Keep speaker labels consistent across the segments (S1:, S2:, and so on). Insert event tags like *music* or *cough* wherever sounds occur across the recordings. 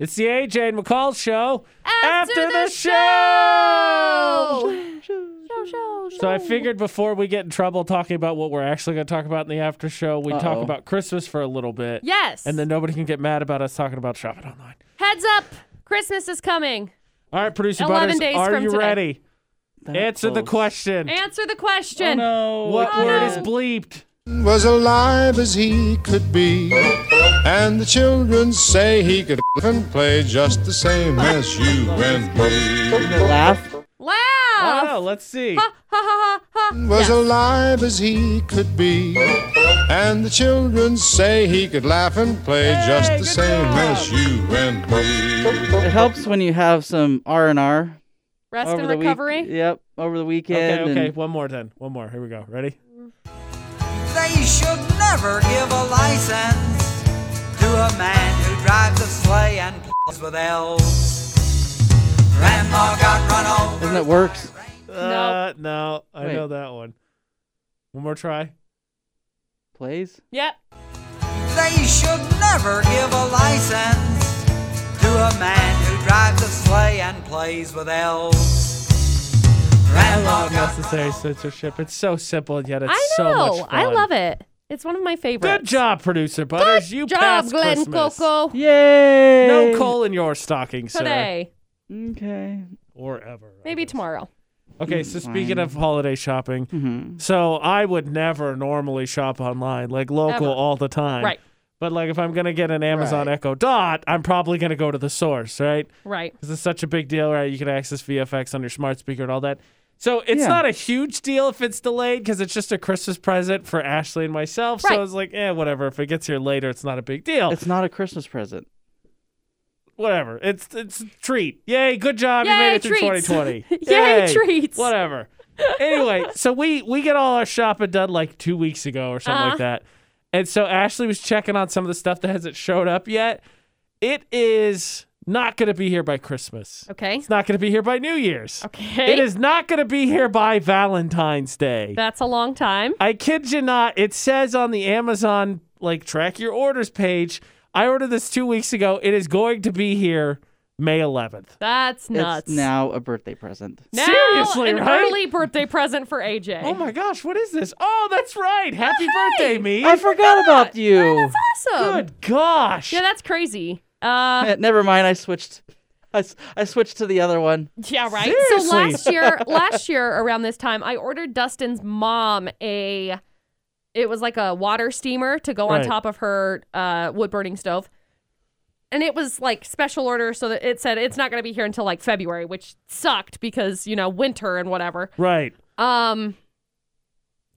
S1: It's the AJ and McCall show
S2: After the
S1: show.
S2: Show, show,
S1: So I
S2: show.
S1: figured before we get in trouble talking about what we're actually going to talk about in the after show, we talk
S3: Uh-oh.
S1: about Christmas for a little bit.
S2: Yes.
S1: And then nobody can get mad about us talking about shopping online.
S2: Heads up, Christmas is coming.
S1: All right, producer
S2: 11
S1: Butters,
S2: days
S1: are
S2: from
S1: you
S2: today.
S1: ready?
S3: That
S1: Answer the
S3: close.
S1: question.
S2: Answer the question.
S3: No.
S1: What
S2: Oh,
S1: word
S2: no.
S1: is bleeped?
S4: was alive as he could be. And the children say he could and play just the same as you and me.
S3: Laugh.
S2: Laugh.
S1: Oh, let's see.
S2: Ha ha ha ha.
S4: Was alive as he could be. And the children say he could laugh and play just the same as you and me.
S3: It helps when you have some R and R
S2: Rest
S3: over
S2: and
S3: the
S2: recovery.
S3: Week. Yep, over the
S1: Okay,
S3: weekend.
S1: okay.
S3: and-
S1: One more then. One more. Here we go. Ready?
S5: They should never give a license to a man who drives a sleigh and plays with elves. Grandma got run over.
S3: Isn't it works?
S1: Uh, no, I
S3: Wait.
S1: know that one. One more try.
S3: Plays.
S2: Yep.
S5: They should never give a license to a man who drives a sleigh and plays with elves. Grandma got
S1: Unnecessary censorship. It's so simple and yet it's
S2: I
S1: so
S2: know.
S1: much fun.
S2: I love it. It's one of my favorites.
S1: Good job, producer Butters.
S2: Good
S1: you
S2: job,
S1: passed
S2: Glenn
S1: Christmas.
S2: Coco.
S3: Yay!
S1: No coal in your stocking, sir.
S2: Today,
S3: Okay.
S1: Or ever. I
S2: maybe
S1: guess.
S2: tomorrow.
S1: Okay, so speaking of holiday shopping,
S3: hmm
S1: so I would never normally shop online, like local
S2: Ever.
S1: all the time.
S2: Right.
S1: But like if I'm gonna get an Amazon Echo Dot, I'm probably gonna go to the source, right?
S2: Right.
S1: because it's such a big deal, right? You can access VFX on your smart speaker and all that. So it's
S3: Yeah.
S1: not a huge deal if it's delayed because it's just a Christmas present for Ashley and myself.
S2: Right.
S1: So it's like, eh, whatever. If it gets here later, it's not a big deal.
S3: It's not a Christmas present.
S1: whatever. It's it's a treat. Yay, good job. you
S2: Yay,
S1: made it through
S2: treats. *laughs*
S1: 2020.
S2: Yay, treats.
S1: Whatever.
S2: *laughs*
S1: anyway, so we we get all our shopping done like two weeks ago or something
S2: Uh-huh.
S1: like that. And so Ashley was checking on some of the stuff that hasn't showed up yet. It is not going to be here by Christmas.
S2: Okay.
S1: It's not going to be here by New Year's.
S2: Okay.
S1: It is not going to be here by Valentine's Day.
S2: That's a long time.
S1: I kid you not. It says on the Amazon like track your orders page. I ordered this two weeks ago. It is going to be here May 11th.
S2: That's nuts.
S3: It's now a birthday present.
S2: Now,
S1: Seriously,
S2: an
S1: right?
S2: early birthday present for AJ.
S1: Oh my gosh, what is this? Oh, that's right. Happy birthday, me.
S3: I forgot about you.
S2: awesome.
S1: Good gosh.
S2: Yeah, that's crazy. Uh,
S3: Eh, Never mind. I switched. I, s- I switched to the other one.
S2: Yeah, right. So
S1: Seriously.
S2: last year, last year around this time, I ordered Dustin's mom a it was like a water steamer to go
S1: Right.
S2: on top of her uh, wood burning stove. And it was like special order so that it said it's not going to be here until like February, which sucked because, you know, winter and whatever.
S1: Right.
S2: Um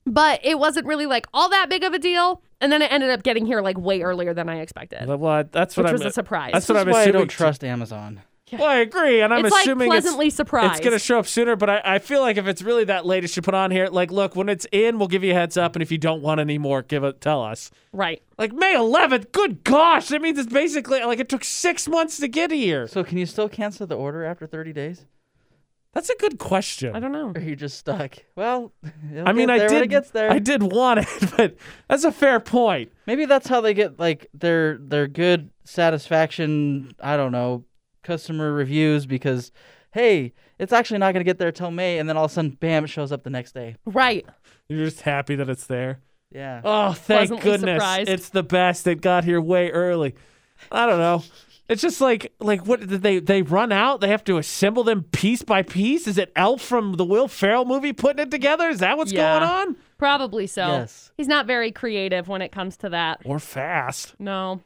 S2: but it wasn't really like all that big of a deal, and then it ended up getting here like way earlier than I expected.
S1: Well, I- that's what
S2: Which
S1: I'm
S2: was a surprise.
S1: That's
S3: This
S1: what
S3: is
S1: I'm
S3: why
S1: assuming.
S3: I don't trust Amazon.
S1: Well, I agree, and I'm
S2: it's like
S1: assuming it's-
S2: pleasantly surprised.
S1: It's gonna show up sooner, but I, I feel like if it's really that late, it should put on here. Like, look, when it's in, we'll give you a heads up, and if you don't want any more, give it tell us.
S2: right.
S1: Like May 11th, good gosh, that means it's basically like it took six months to get here.
S3: So can you still cancel the order after 30 days?
S1: That's a good question.
S2: I don't know.
S3: Or are you just stuck? Well, *laughs* it'll
S1: I mean,
S3: get
S1: I
S3: there
S1: did.
S3: When it gets there.
S1: I did want it, *laughs* but that's a fair point.
S3: Maybe that's how they get like their their good satisfaction. I don't know customer reviews because, hey, it's actually not gonna get there till May, and then all of a sudden, bam, it shows up the next day.
S2: Right.
S1: You're just happy that it's there.
S3: Yeah.
S1: Oh, thank
S2: Pleasantly
S1: goodness.
S2: surprised.
S1: It's the best. It got here way early. I don't know. It's just like like what did they they run out? They have to assemble them piece by piece. Is it Elf from the Will Ferrell movie putting it together? Is that what's
S2: Yeah.
S1: going on?
S2: Probably so.
S3: Yes.
S2: He's not very creative when it comes to that.
S1: Or fast?
S2: No.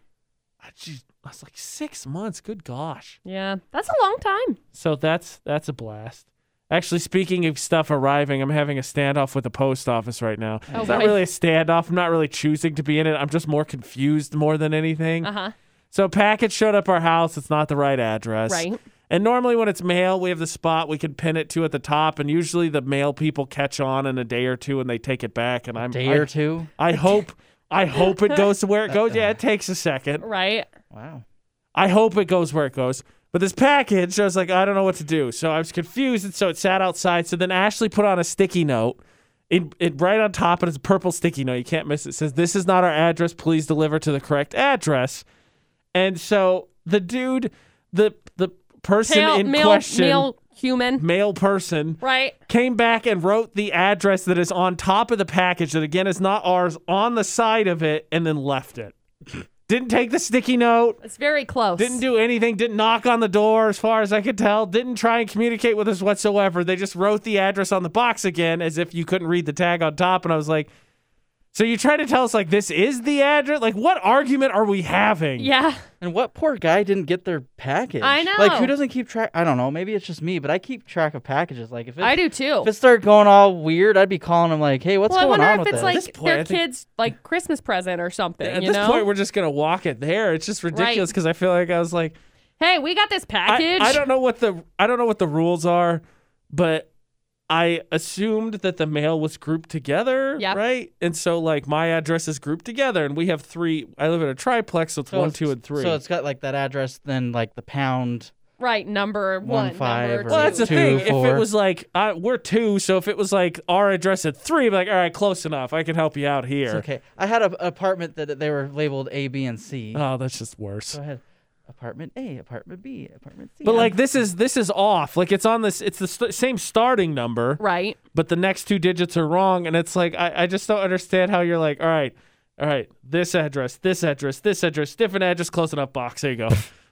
S1: I just, that's like six months. Good gosh.
S2: Yeah. That's a long time.
S1: So that's that's a blast. Actually, speaking of stuff arriving, I'm having a standoff with the post office right now.
S2: Oh,
S1: it's not
S2: boy.
S1: really a standoff. I'm not really choosing to be in it. I'm just more confused more than anything.
S2: Uh huh.
S1: So a package showed up our house. It's not the right address.
S2: Right.
S1: And normally when it's mail, we have the spot we can pin it to at the top, and usually the mail people catch on in a day or two and they take it back. And I'm
S3: day
S1: I,
S3: or two.
S1: I hope I hope it goes to where it goes. Yeah, it takes a second.
S2: Right.
S3: Wow.
S1: I hope it goes where it goes. But this package, I was like, I don't know what to do. So I was confused, and so it sat outside. So then Ashley put on a sticky note. It, it right on top, and it's a purple sticky note. You can't miss it. It says, This is not our address. Please deliver to the correct address. And so the dude, the the person
S2: Male,
S1: in
S2: male,
S1: question,
S2: male human,
S1: male person,
S2: right?
S1: came back and wrote the address that is on top of the package that again is not ours on the side of it, and then left it. Didn't take the sticky note.
S2: It's very close.
S1: Didn't do anything. Didn't knock on the door, as far as I could tell. Didn't try and communicate with us whatsoever. They just wrote the address on the box again, as if you couldn't read the tag on top. And I was like, "So you try to tell us like this is the address? Like what argument are we having?"
S2: yeah.
S3: And what poor guy didn't get their package?
S2: I
S3: Like
S2: know.
S3: who doesn't keep track? I don't know. Maybe it's just me, but I keep track of packages. Like if it,
S2: I do too.
S3: If it started going all weird, I'd be calling him like, "Hey, what's
S2: well, I
S3: going
S2: wonder
S3: on
S2: if
S3: with
S2: it's
S3: this?"
S2: like
S1: this point, I
S2: their
S1: think-
S2: kids' like Christmas present or something.
S1: At
S2: you
S1: this
S2: know?
S1: point, we're just gonna walk it there. It's just ridiculous because I feel like I was like,
S2: hey, we got this
S1: I,
S2: package.
S1: I don't know what the I don't know what the rules are, but I assumed that the mail was grouped together,
S2: Yep.
S1: right? And so like my address is grouped together, and we have three. I live in a triplex, so it's
S3: So
S1: one,
S3: it's-
S1: two, and three.
S3: So it's got like that address, then like the pound.
S2: right number one,
S3: five
S2: number
S3: or-
S2: two.
S1: well, that's the
S3: two,
S1: thing. If
S3: four.
S1: it was like I, we're two, so if it was like our address at three, I'd be like, all right, close enough. I can help you out here.
S3: It's okay. I had an apartment that they were labeled A, B, and C.
S1: Oh, that's just worse.
S3: So I had apartment A, apartment B, apartment C.
S1: But
S3: I'm-
S1: like this is this is off. Like it's on this. It's the st- same starting number.
S2: right.
S1: but the next two digits are wrong. And it's like, I, I just don't understand how you're like, all right, all right, this address, this address, this address, different address, close enough box. There you
S3: *laughs*
S1: go.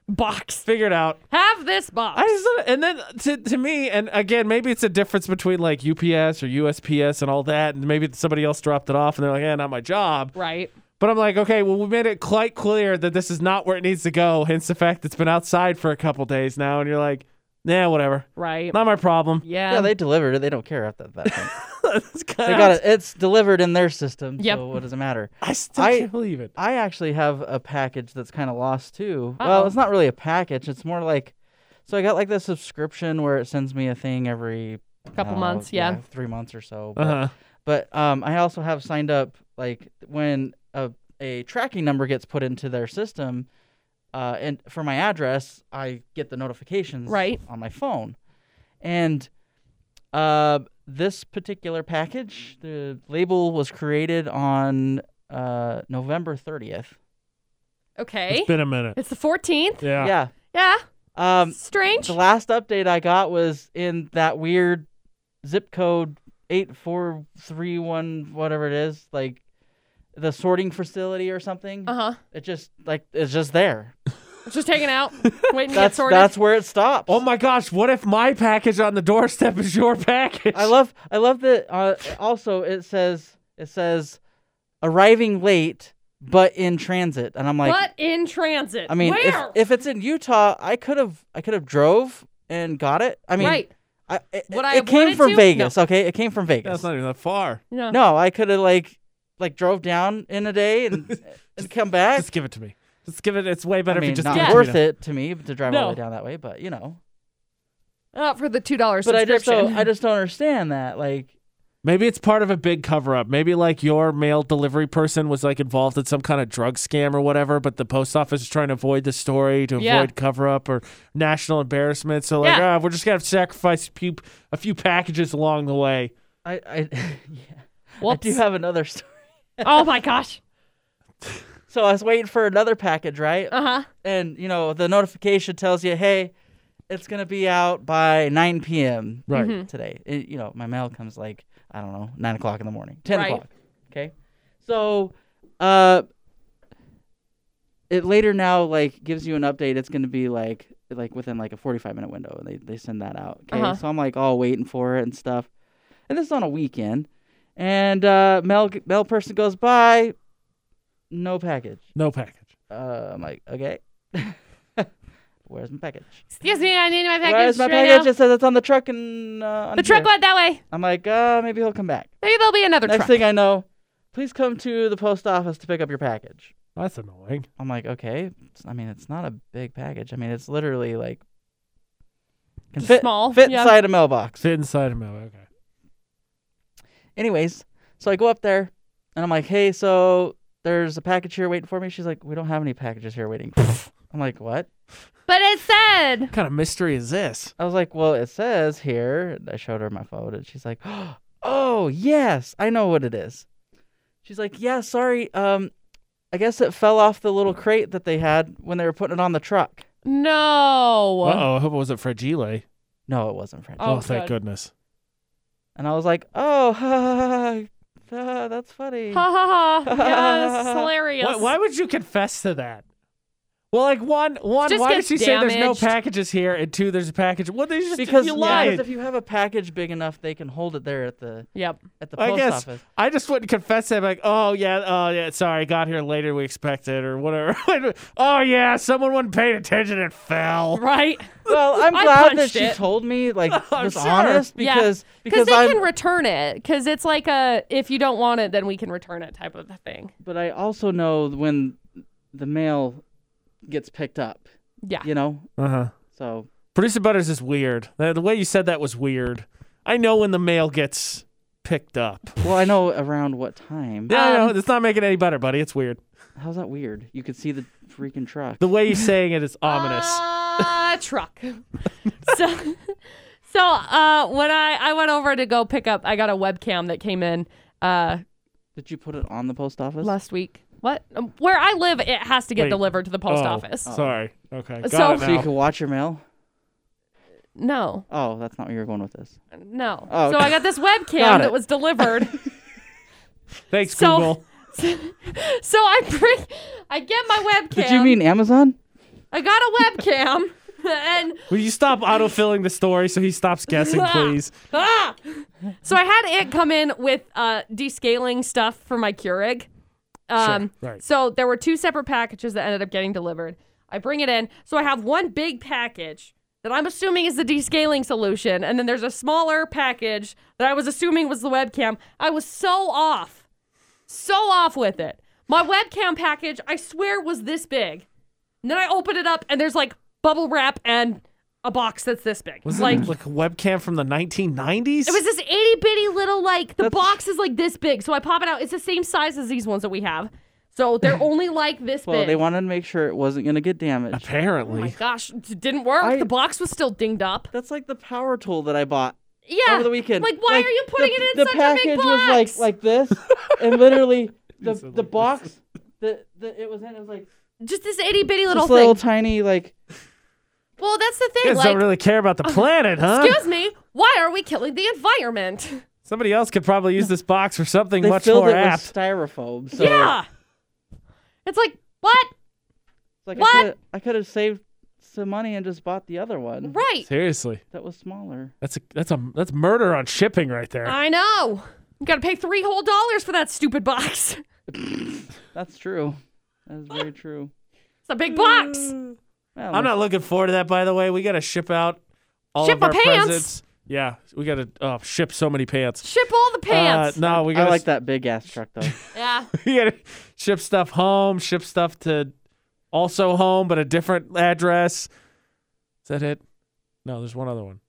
S2: Box.
S1: Figure it out.
S2: Have this box.
S1: I just don't- and then to, to me, and again, maybe it's a difference between like UPS or USPS and all that, and maybe somebody else dropped it off and they're like, yeah, not my job.
S2: right.
S1: But I'm like, okay, well, we made it quite clear that this is not where it needs to go, hence the fact it's been outside for a couple days now, and you're like, nah, whatever.
S2: Right.
S1: Not my problem. *laughs*
S2: yeah.
S3: yeah, they delivered it. They don't care after that. Point.
S1: It's kinda-
S3: they got *laughs* it. It's delivered in their system.
S2: Yep.
S3: So what does it matter?
S1: I still
S3: I-
S1: can't believe it.
S3: I actually have a package that's kind of lost too.
S2: Uh-oh.
S3: Well, it's not really a package. It's more like, so I got like this subscription where it sends me a thing every I
S2: Couple
S1: Oh,
S3: don't know,
S2: months, yeah.
S3: three months or so. But,
S1: Uh huh.
S3: but um, I also have signed up like when a a tracking number gets put into their system, uh, and for my address, I get the notifications
S2: Right.
S3: on my phone, and uh, this particular package, the label was created on uh, November thirtieth.
S2: okay.
S1: It's been a minute.
S2: It's the 14th.
S1: Yeah.
S3: Yeah.
S2: Yeah.
S3: Um,
S2: Strange.
S3: the last update I got was in that weird zip code eight four three one whatever it is, like the sorting facility or something.
S2: Uh huh.
S3: It just like it's
S2: *laughs*
S3: just there.
S2: Just
S1: *laughs*
S2: taken out, waiting to get
S3: That's
S2: sorted.
S3: that's where it stops.
S1: Oh my gosh, what if my package on the doorstep is your package?
S3: I love I love that. Uh, also, it says it says arriving late but in transit, and I'm like,
S2: but in transit.
S3: I mean, if,
S2: Where?
S3: if it's in Utah, I could have I could have drove and got it. I mean,
S2: right.
S3: I, it,
S2: Would
S3: it-
S2: I
S3: it
S2: have
S3: came
S2: wanted
S3: from
S2: to?
S3: Vegas, okay? It came from Vegas.
S1: That's not even that far. *laughs*
S2: No.
S3: no, I could have like like drove down in a day
S1: *laughs*
S3: and, and come back.
S1: Just give it to me. Just give it. It's way
S3: I
S1: better if
S3: mean,
S1: you just
S3: not
S1: give
S2: Yeah.
S1: it
S3: worth
S1: to me.
S3: it to me to drive all the
S1: No.
S3: way down that way, but you know.
S2: Not Oh, for the two dollars
S3: But I just
S2: subscription.
S3: don't, I just don't understand that. Like,
S1: Maybe it's part of a big cover up. Maybe like your mail delivery person was like involved in some kind of drug scam or whatever, but the post office is trying to avoid the story to
S2: Yeah.
S1: avoid cover up or national embarrassment. So like,
S2: Yeah.
S1: ah, we're just gonna have to sacrifice a few, a few packages along the way.
S3: I I, *laughs* yeah. I
S2: Whoops.
S3: do have another story.
S2: oh my gosh.
S3: So I was waiting for another package, right?
S2: Uh huh.
S3: And you know, the notification tells you, hey, it's gonna be out by 9 p.m.
S1: Right.
S2: Mm-hmm.
S3: today. It, you know, my mail comes like I don't know, nine o'clock in the morning, ten
S2: Right.
S3: o'clock. Okay, so uh, it later now like gives you an update. It's gonna be like like within like a forty-five minute window, and they they send that out. Okay,
S2: Uh-huh.
S3: so I'm like all waiting for it and stuff, and this is on a weekend, and uh, mail mail person goes by, no package.
S1: No package.
S3: Uh, I'm like, okay. *laughs* Where's my package?
S2: Excuse me, I need my package
S3: Where's my
S2: right
S3: package?
S2: now.
S3: It says it's on the truck and uh, on
S2: The truck
S3: here.
S2: went that way.
S3: I'm like, uh, maybe he'll come back.
S2: Maybe there'll be another
S3: Next
S2: truck.
S3: thing I know, please come to the post office to pick up your package.
S1: That's annoying.
S3: I'm like, okay. It's- I mean, it's not a big package. I mean, it's literally like can
S2: Just
S3: fit,
S2: small,
S3: fit
S2: yeah.
S3: inside a mailbox.
S1: Sit inside a mail. Okay.
S3: Anyways, so I go up there and I'm like, hey, so there's a package here waiting for me. She's like, we don't have any packages here waiting.
S2: *laughs*
S3: I'm like, what?
S2: but it said
S1: What kind of mystery is this?
S3: I was like, well, it says here. and I showed her my phone, and she's like, *gasps* oh yes, I know what it is. She's like, yeah, sorry, um, I guess it fell off the little crate that they had when they were putting it on the truck.
S2: No.
S1: oh, I hope it wasn't Fragile.
S3: No, it wasn't French.
S2: Oh,
S1: thank
S2: good.
S1: goodness.
S3: And I was like, oh, *laughs* ha, ha, ha, ha, that's funny.
S2: Ha *laughs* ha ha. Yeah,
S3: *laughs*
S2: this is hilarious.
S1: Why, why would you confess to that? Well, like one, one.
S2: just
S1: Why did
S2: gets
S1: she say there's no
S2: damaged.
S1: packages here? And two, there's a package. Well, they just
S3: Because
S1: you
S3: yeah,
S1: lied.
S3: because if you have a package big enough, they can hold it there at the
S2: Yep.
S3: at the
S1: I
S3: post
S1: guess
S3: office.
S1: I just wouldn't confess that. Like, oh yeah, oh yeah, sorry, got here later than we expected or whatever. *laughs* oh yeah, someone wasn't paying attention and fell.
S2: Right?
S3: Well,
S2: *laughs*
S3: I'm
S2: I
S3: glad that
S2: punched
S3: she
S2: it.
S3: told
S2: *laughs*
S3: me, like,
S1: I'm
S3: was
S1: sure.
S3: honest
S2: Yeah.
S3: because because
S2: they
S3: I'm.
S2: can return it. Because it's like a if you don't want it, then we can return it type of thing.
S3: but I also know when the mail gets picked up,
S2: Yeah.
S3: you know.
S1: Uh huh.
S3: So
S1: Producer Butters is weird. The the way you said that was weird. I know when the mail gets picked up.
S3: well, I know around what time.
S1: Yeah, I
S2: Um,
S1: know. It's not making any better, buddy. It's weird.
S3: How's that weird? You could see the freaking truck.
S1: The way you're saying it is ominous.
S3: *laughs*
S2: Uh, truck. so, so uh, when I I went over to go pick up, I got a webcam that came in uh,
S3: Did you put it on the post office?
S2: last week. What? Um, Where I live, it has to get
S1: Wait.
S2: delivered to the post
S1: Oh,
S2: office.
S1: Sorry. Okay. Got
S2: So-
S1: it
S3: So you
S1: now.
S2: *laughs*
S3: could watch your mail.
S2: No,
S3: Oh, that's not where you're going with this.
S2: no.
S3: Oh,
S2: So
S3: okay.
S2: I got
S3: *laughs*
S2: this webcam
S3: Got
S2: that
S3: it.
S2: was
S3: *laughs*
S2: delivered.
S1: Thanks,
S2: so-
S1: Google.
S2: so I bring, I get my webcam.
S3: Did you mean Amazon?
S2: I got
S3: *laughs*
S2: a webcam, and
S1: Will you stop autofilling the story so he stops
S2: *laughs*
S1: guessing, please?
S2: ah! so I had it come in with uh, descaling stuff for my Keurig. Um,
S1: right.
S2: So there were two separate packages that ended up getting delivered. I bring it in. So I have one big package that I'm assuming is the descaling solution. And then there's a smaller package that I was assuming was the webcam. I was so off. So off with it. My webcam package, I swear, was this big. And then I open it up and there's like bubble wrap and a box that's this big.
S1: Was
S2: like,
S1: it like a webcam from the 1990s?
S2: it was this itty bitty little like the
S3: That's-
S2: box is like this big, so I pop it out. It's the same size as these ones that we have, so
S3: *laughs*
S2: they're only like this
S3: Well,
S2: big.
S3: they wanted to make sure it wasn't going to get damaged.
S2: oh my
S1: apparently.
S2: gosh, it didn't work.
S3: I-
S2: the box was still dinged up.
S3: That's like the power tool that I bought
S2: Yeah,
S3: over the weekend.
S2: Like, why are you putting
S3: the,
S2: it in
S3: the
S2: such a
S3: package
S2: big box?
S3: was like like this,
S2: *laughs*
S3: and literally the the box that the, it was in it was like
S2: just this itty bitty little
S3: this
S2: thing.
S3: little tiny like
S2: well, that's the
S1: You
S2: thing.
S1: guys
S2: Like, oh,
S1: don't really care about the planet, huh?
S2: excuse me, why are we killing the environment?
S3: *laughs*
S1: Somebody else could probably use this box for something
S3: they
S1: much
S3: filled
S1: more
S3: it
S1: apt.
S3: with styrofoam. So
S2: yeah, it's like what?
S3: like
S2: What?
S3: I could I could have saved some money and just bought the other one
S2: Right,
S1: Seriously,
S3: that was smaller.
S1: that's a that's a that's murder on shipping right there.
S2: I know. You got to pay three whole dollars for that stupid box. *laughs* It's
S3: That's true. That is very true.
S2: a big box.
S3: Well,
S1: I'm not looking forward to that, by the way. We gotta ship out all
S2: Ship
S1: of our
S2: my pants.
S1: presents. Yeah, we gotta uh, ship so many pants.
S2: Ship all the pants.
S1: Uh, no, we
S3: I
S1: gotta,
S3: like that big ass truck
S1: *laughs*
S3: though.
S2: Yeah.
S1: we gotta ship stuff home. Ship stuff to also home, but a different address. Is that it? No, there's one other one.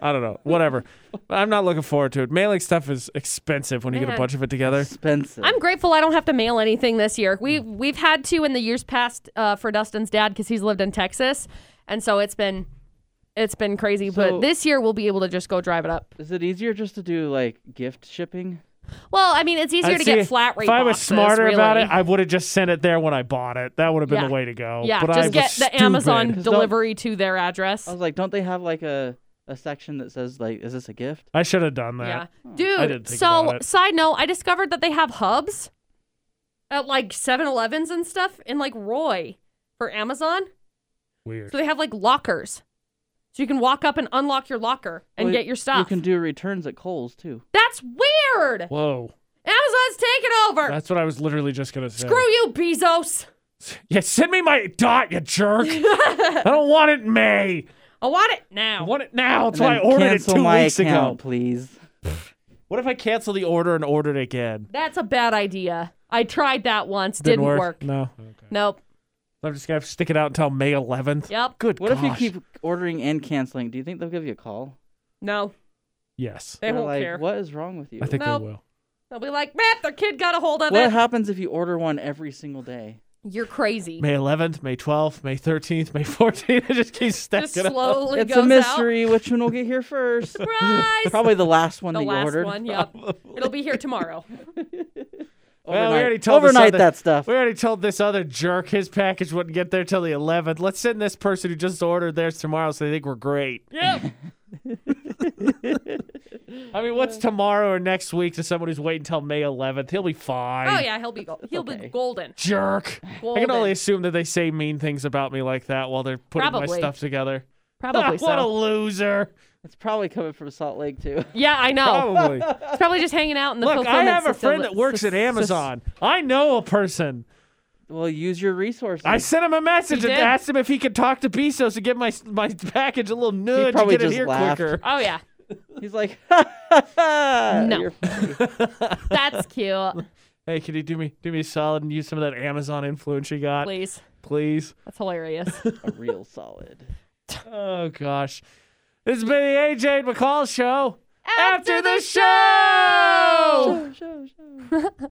S1: I don't know. Whatever.
S2: *laughs*
S1: I'm not looking forward to it. Mailing stuff is expensive when you get
S2: Man.
S1: a bunch of it together.
S3: Expensive.
S2: I'm grateful I don't have to mail anything this year. We we've had to in the years past uh, for Dustin's dad because he's lived in Texas, and so it's been it's been crazy. but
S3: So-
S2: this year we'll be able to just go drive it up.
S3: Is it easier just to do like gift shipping?
S2: Well, I mean, it's easier
S1: I
S2: to
S1: see,
S2: get flat rate.
S1: If I was
S2: boxes,
S1: smarter about
S2: really.
S1: it, I would have just sent it there when I bought it. That would have been
S2: Yeah.
S1: the way to go.
S2: yeah,
S1: but
S2: just
S1: I was
S2: get the
S1: stupid.
S2: Amazon
S3: 'Cause don't-
S2: delivery to their address.
S3: I was like, don't they have like a, a section that says like, is this a gift?
S1: I should have done that.
S2: Yeah,
S1: I
S2: dude.
S1: didn't think
S2: So
S1: about it.
S2: side note, I discovered that they have hubs at like 7-Elevens and stuff in like Roy for Amazon.
S1: Weird.
S2: So they have like lockers. So you can walk up and unlock your locker and
S3: Well,
S2: get your
S3: You
S2: stuff.
S3: can do returns at Kohl's too.
S2: That's weird.
S1: Whoa.
S2: Amazon's taking over.
S1: That's what I was literally just gonna say.
S2: Screw you, Bezos.
S1: Yeah, send me my dot, you
S2: *laughs*
S1: jerk. I don't want it in May.
S2: I want it
S1: I
S2: now.
S1: want it now. That's
S3: And
S1: why I
S3: then
S1: ordered it
S3: cancel
S1: two
S3: my
S1: weeks
S3: account,
S1: ago.
S3: please.
S1: What if I cancel the order and order it again?
S2: That's a bad idea. I tried that once. Didn't, work.
S1: No.
S2: Nope.
S1: I'm just gonna have to stick it out until May 11th.
S2: Yep.
S1: Good.
S3: What if
S1: gosh.
S3: you keep ordering and canceling? Do you think they'll give you a call?
S2: No.
S1: Yes.
S2: They
S3: They're
S2: won't
S3: like,
S2: care.
S3: What is wrong with you?
S1: I think
S2: Nope.
S1: they will.
S2: They'll be like, man, their kid got a hold of
S3: *laughs* what
S2: it.
S3: happens if you order one every single day?
S2: You're crazy.
S1: May 11th, May 12th, May 13th, May *laughs* 14th. It just keeps stacking
S2: Just
S1: up.
S2: slowly
S3: it's
S2: goes
S3: a mystery. *laughs* Which one will get here *laughs* first?
S2: out. Surprise.
S3: Probably the last one
S2: the
S3: that you
S2: last
S3: ordered. *laughs*
S2: one. Yep. It'll be here tomorrow.
S1: Well, we
S3: Overnight-
S1: already told this
S3: overnight
S1: other-
S3: that stuff.
S1: We already told this other jerk his package wouldn't get there till the 11th. Let's send this person who just ordered theirs tomorrow, so they think we're great.
S2: Yep. Oh,
S1: I mean, what's tomorrow or next week to someone who's waiting till May 11th? He'll be fine.
S2: Oh yeah, he'll be go- he'll be
S3: Okay. *laughs*
S2: golden.
S1: Jerk. I
S2: Golden.
S1: can only assume that they say mean things about me like that while they're putting my
S2: Probably.
S1: stuff together. Ah, *laughs*
S2: Probably
S1: what a
S2: so.
S1: loser.
S3: It's probably coming from Salt Lake
S1: *laughs*
S3: too.
S2: Yeah, I know. *laughs*
S1: Probably.
S2: It's probably just hanging out in the
S1: Look, I
S2: fulfillment
S1: have a
S2: facil-
S1: friend that works at
S2: fac-
S1: Amazon. I know a person.
S3: Well, use your resources.
S1: I sent him a message
S2: You
S1: and
S2: did?
S1: asked him if he could talk to Bezos and get my my package a little nudge to
S3: probably
S1: get it
S3: just
S1: here
S3: laughed.
S1: quicker.
S2: Oh yeah,
S3: He's like, *laughs* ha, ha, ha.
S2: No.
S3: You're-
S2: that's cute.
S1: Hey, can you do me do me a solid and use some of that Amazon influence you got,
S2: Please,
S1: please?
S2: that's hilarious.
S3: a real solid.
S1: Oh gosh, this has been the AJ and McCall show. After, the show!
S3: Show, show, show.